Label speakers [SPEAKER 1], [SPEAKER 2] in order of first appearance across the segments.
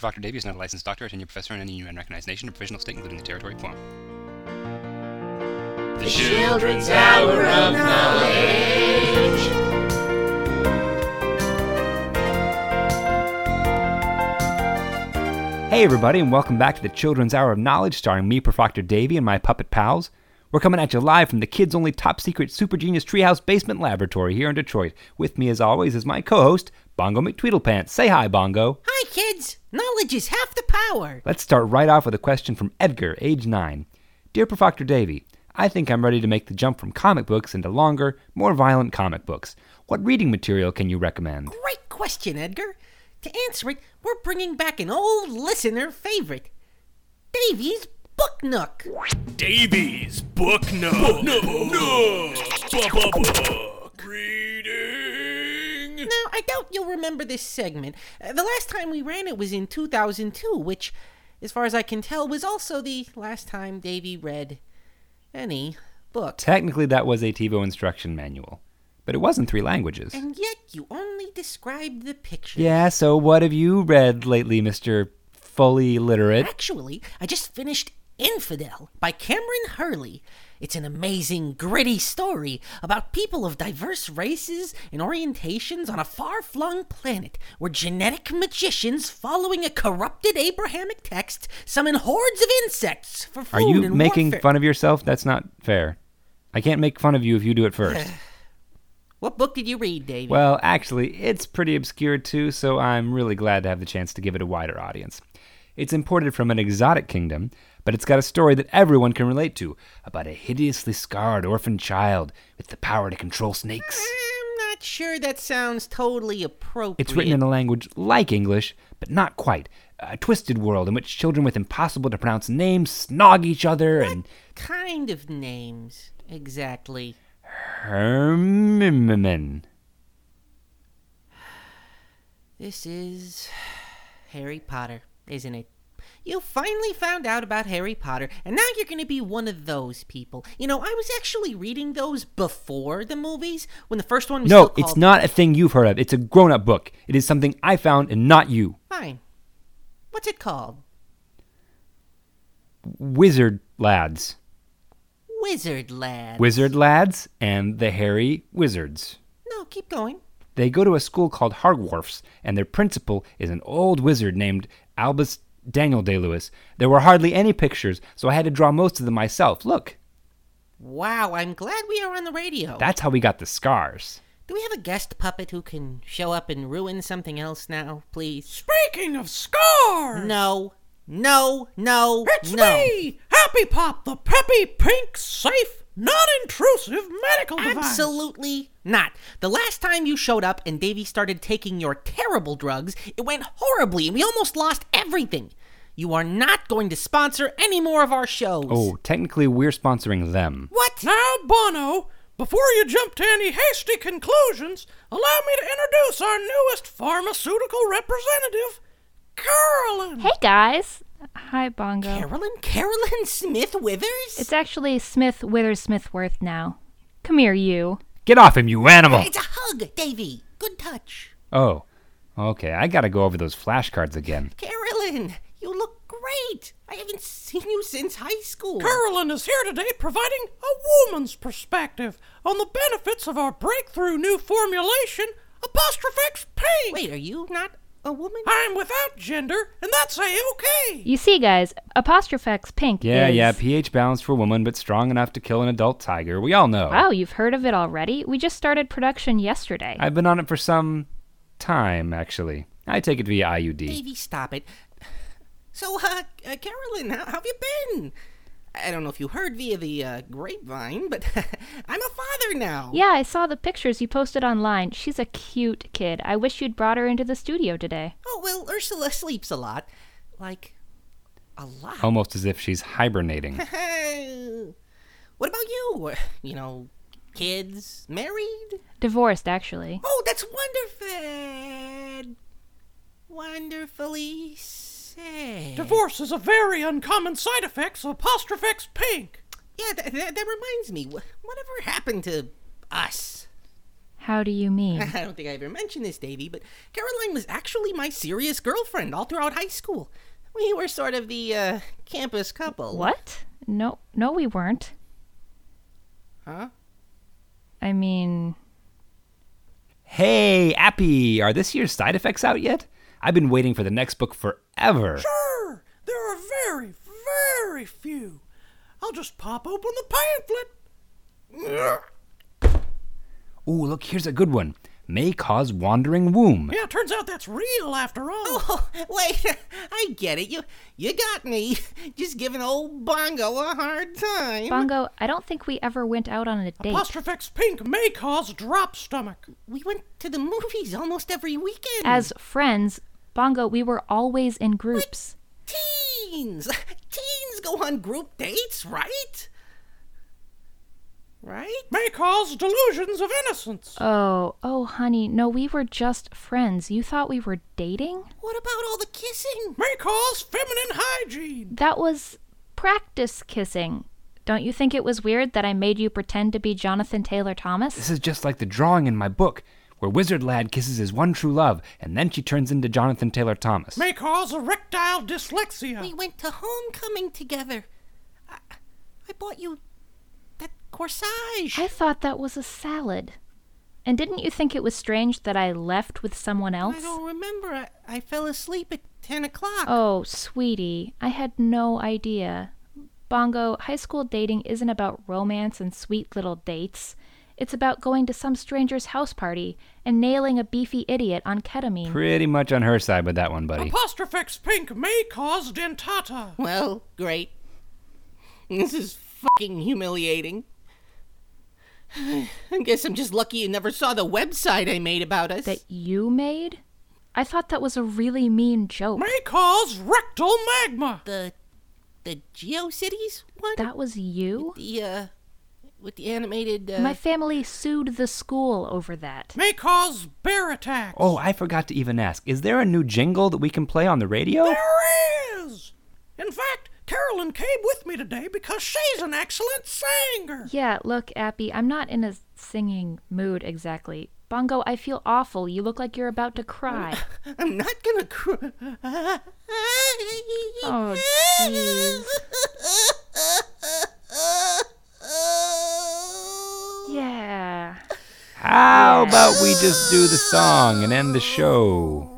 [SPEAKER 1] Dr. Davy is not a licensed doctor, a tenured professor in any UN recognized nation or provisional state, including the territory of Guam. The Children's Hour of Knowledge.
[SPEAKER 2] Hey, everybody, and welcome back to the Children's Hour of Knowledge, starring me, Prof. Dr. Davy, and my puppet pals. We're coming at you live from the kids only top secret super genius treehouse basement laboratory here in Detroit. With me, as always, is my co host, Bongo McTweedlepants. Say hi, Bongo.
[SPEAKER 3] Hi, kids! Knowledge is half the power!
[SPEAKER 2] Let's start right off with a question from Edgar, age 9. Dear Prof. Dr. Davy, I think I'm ready to make the jump from comic books into longer, more violent comic books. What reading material can you recommend?
[SPEAKER 3] Great question, Edgar. To answer it, we're bringing back an old listener favorite Davy's Book Nook.
[SPEAKER 4] Davies, book no. Book no. Book. Reading.
[SPEAKER 3] Now, I doubt you'll remember this segment. Uh, The last time we ran it was in 2002, which, as far as I can tell, was also the last time Davy read any book.
[SPEAKER 2] Technically, that was a TiVo instruction manual, but it was in three languages.
[SPEAKER 3] And yet, you only described the picture.
[SPEAKER 2] Yeah, so what have you read lately, Mr. Fully Literate?
[SPEAKER 3] Actually, I just finished Infidel by Cameron Hurley. It's an amazing, gritty story about people of diverse races and orientations on a far flung planet where genetic magicians following a corrupted Abrahamic text summon hordes of insects for food
[SPEAKER 2] Are you
[SPEAKER 3] and
[SPEAKER 2] making
[SPEAKER 3] warfare.
[SPEAKER 2] fun of yourself? That's not fair. I can't make fun of you if you do it first.
[SPEAKER 3] What book did you read, Davey?
[SPEAKER 2] well, actually, it's pretty obscure too, so I'm really glad to have the chance to give it a wider audience. It's imported from an exotic kingdom, but it's got a story that everyone can relate to about a hideously scarred orphan child with the power to control snakes.
[SPEAKER 3] I'm not sure that sounds totally appropriate.
[SPEAKER 2] It's written in a language like English, but not quite. A twisted world in which children with impossible to pronounce names snog each other and
[SPEAKER 3] kind of names, exactly.
[SPEAKER 2] Hermimen.
[SPEAKER 3] This is Harry Potter, isn't it? You finally found out about Harry Potter, and now you're going to be one of those people. You know, I was actually reading those before the movies when the first one was
[SPEAKER 2] No,
[SPEAKER 3] still
[SPEAKER 2] it's
[SPEAKER 3] called-
[SPEAKER 2] not a thing you've heard of. It's a grown up book. It is something I found and not you.
[SPEAKER 3] fine. What's it called?
[SPEAKER 2] Wizard Lads.
[SPEAKER 3] Wizard Lad.
[SPEAKER 2] Wizard Lads and the Hairy Wizards.
[SPEAKER 3] no, keep going.
[SPEAKER 2] They go to a school called Hogwarts, and their principal is an old wizard named Albus Daniel Day Lewis. There were hardly any pictures, so I had to draw most of them myself. Look,
[SPEAKER 3] Wow, I'm glad we are on the radio.
[SPEAKER 2] that's how we got the scars.
[SPEAKER 3] Do we have a guest puppet who can show up and ruin something else now, please?
[SPEAKER 4] Speaking of scars,
[SPEAKER 3] No. No, no, no.
[SPEAKER 4] Happy Pop, the peppy pink safe, non-intrusive medical
[SPEAKER 3] Absolutely not. The last time you showed up and Davy started taking your terrible drugs, it went horribly and we almost lost everything. You are not going to sponsor any more of our shows.
[SPEAKER 2] Oh, technically, we're sponsoring them.
[SPEAKER 3] What?
[SPEAKER 4] Now, Bono, before you jump to any hasty conclusions, allow me to introduce our newest pharmaceutical representative, Carolyn.
[SPEAKER 5] Hey guys! Hi, Bongo.
[SPEAKER 3] Carolyn? Carolyn Smith Withers?
[SPEAKER 5] It's actually Smith Withersmithworth now. Come here, you.
[SPEAKER 2] Get off him, you animal!
[SPEAKER 3] It's a hug, Davy. Good touch.
[SPEAKER 2] Oh, okay, I gotta go over those flashcards again.
[SPEAKER 3] Carolyn, you look great. I haven't seen you since high school.
[SPEAKER 4] Carolyn is here today providing a woman's perspective on the benefits of our breakthrough new formulation, Apostrophe X Pink.
[SPEAKER 3] Wait, are you not a woman?
[SPEAKER 4] I'm without gender, and that's a-okay.
[SPEAKER 5] You see, guys, Apostrophe X Pink
[SPEAKER 2] Yeah,
[SPEAKER 5] is...
[SPEAKER 2] yeah, pH balanced for woman, but strong enough to kill an adult tiger. We all know.
[SPEAKER 5] Wow, you've heard of it already? We just started production yesterday.
[SPEAKER 2] I've been on it for some time, actually. I take it via IUD.
[SPEAKER 3] Davy, stop it. So, uh, uh Carolyn, how, how have you been? I don't know if you heard via the uh, grapevine, but I'm a father now.
[SPEAKER 5] Yeah, I saw the pictures you posted online. She's a cute kid. I wish you'd brought her into the studio today.
[SPEAKER 3] Oh, well, Ursula sleeps a lot. Like, a lot.
[SPEAKER 2] Almost as if she's hibernating.
[SPEAKER 3] what about you? Uh, You know, kids? Married?
[SPEAKER 5] Divorced, actually.
[SPEAKER 3] Oh, that's wonderful. Wonderfully sad.
[SPEAKER 4] Divorce is a very uncommon side effect of Apostrophe X Pink.
[SPEAKER 3] Yeah, th- th- that reminds me. Wh- Whatever happened to us?
[SPEAKER 5] How do you mean?
[SPEAKER 3] I don't think I ever mentioned this, Davy, but Caroline was actually my serious girlfriend all throughout high school. We were sort of the uh, campus couple.
[SPEAKER 5] What? No, no, we weren't.
[SPEAKER 3] Huh?
[SPEAKER 5] I mean,
[SPEAKER 2] Hey, Appy, are this year's side effects out yet? I've been waiting for the next book forever.
[SPEAKER 4] Sure, there are very, very few. I'll just pop open the pamphlet. Ugh.
[SPEAKER 2] Ooh, look, here's a good one. May cause wandering womb.
[SPEAKER 4] Yeah, turns out that's real after all.
[SPEAKER 3] Oh, wait, I get it. You you got me. Just giving old Bongo a hard time.
[SPEAKER 5] Bongo, I don't think we ever went out on a date.
[SPEAKER 4] Apostrophe X pink may cause drop stomach.
[SPEAKER 3] we went to the movies almost every weekend.
[SPEAKER 5] As friends, Bongo, we were always in groups.
[SPEAKER 3] teens. Teens go on group dates, right? Right?
[SPEAKER 4] May cause delusions of innocence.
[SPEAKER 5] Oh, oh, honey, no, we were just friends. You thought we were dating?
[SPEAKER 3] What about all the kissing?
[SPEAKER 4] May cause feminine hygiene.
[SPEAKER 5] That was practice kissing. Don't you think it was weird that I made you pretend to be Jonathan Taylor Thomas?
[SPEAKER 2] This is just like the drawing in my book, where Wizard Lad kisses his one true love, and then she turns into Jonathan Taylor Thomas.
[SPEAKER 4] May cause erectile dyslexia.
[SPEAKER 3] We went to homecoming together. I, I bought you that corsage.
[SPEAKER 5] I thought that was a salad. And didn't you think it was strange that I left with someone
[SPEAKER 3] I
[SPEAKER 5] else?
[SPEAKER 3] don't remember. I, I fell asleep at 10 o'clock.
[SPEAKER 5] Oh, sweetie, I had no idea. Bongo, high school dating isn't about romance and sweet little dates. It's about going to some stranger's house party and nailing a beefy idiot on ketamine.
[SPEAKER 2] Pretty much on her side with that one, buddy.
[SPEAKER 4] Apostrophe X pink may cause dentata.
[SPEAKER 3] Well, great. This is fucking humiliating. I guess I'm just lucky you never saw the website I made about us.
[SPEAKER 5] that you made? I thought that was a really mean joke.
[SPEAKER 4] May cause rectal magma.
[SPEAKER 3] the the GeoCities one?
[SPEAKER 5] That was you?
[SPEAKER 3] the uh with the animated uh,
[SPEAKER 5] My family sued the school over that.
[SPEAKER 4] May cause bear attacks.
[SPEAKER 2] Oh, I forgot to even ask. Is there a new jingle that we can play on the radio?
[SPEAKER 4] There is! In fact, Carolyn came with me today because she's an excellent singer.
[SPEAKER 5] Yeah, look, Appy, I'm not in a singing mood exactly. Bongo, I feel awful. You look like you're about to cry.
[SPEAKER 3] I'm not gonna cry.
[SPEAKER 5] Oh, jeez. Yeah.
[SPEAKER 2] How about we just do the song and end the show?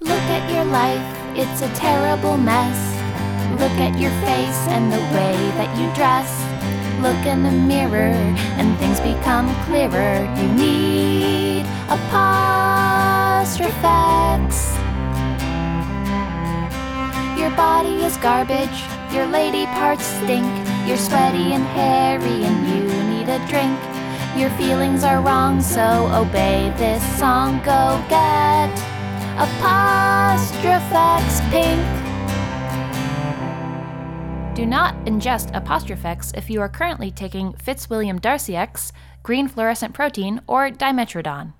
[SPEAKER 6] Look at your life, it's a terrible mess. Look at your face and the way that you dress. Look in the mirror and things become clearer. You need apostrophes. Your body is garbage, your lady parts stink. You're sweaty and hairy and you need a drink. Your feelings are wrong, so obey this song. Go get apostrophex pink.
[SPEAKER 7] Do not ingest Apostrophex if you are currently taking Fitzwilliam Darcy X, green fluorescent protein, or dimetrodon.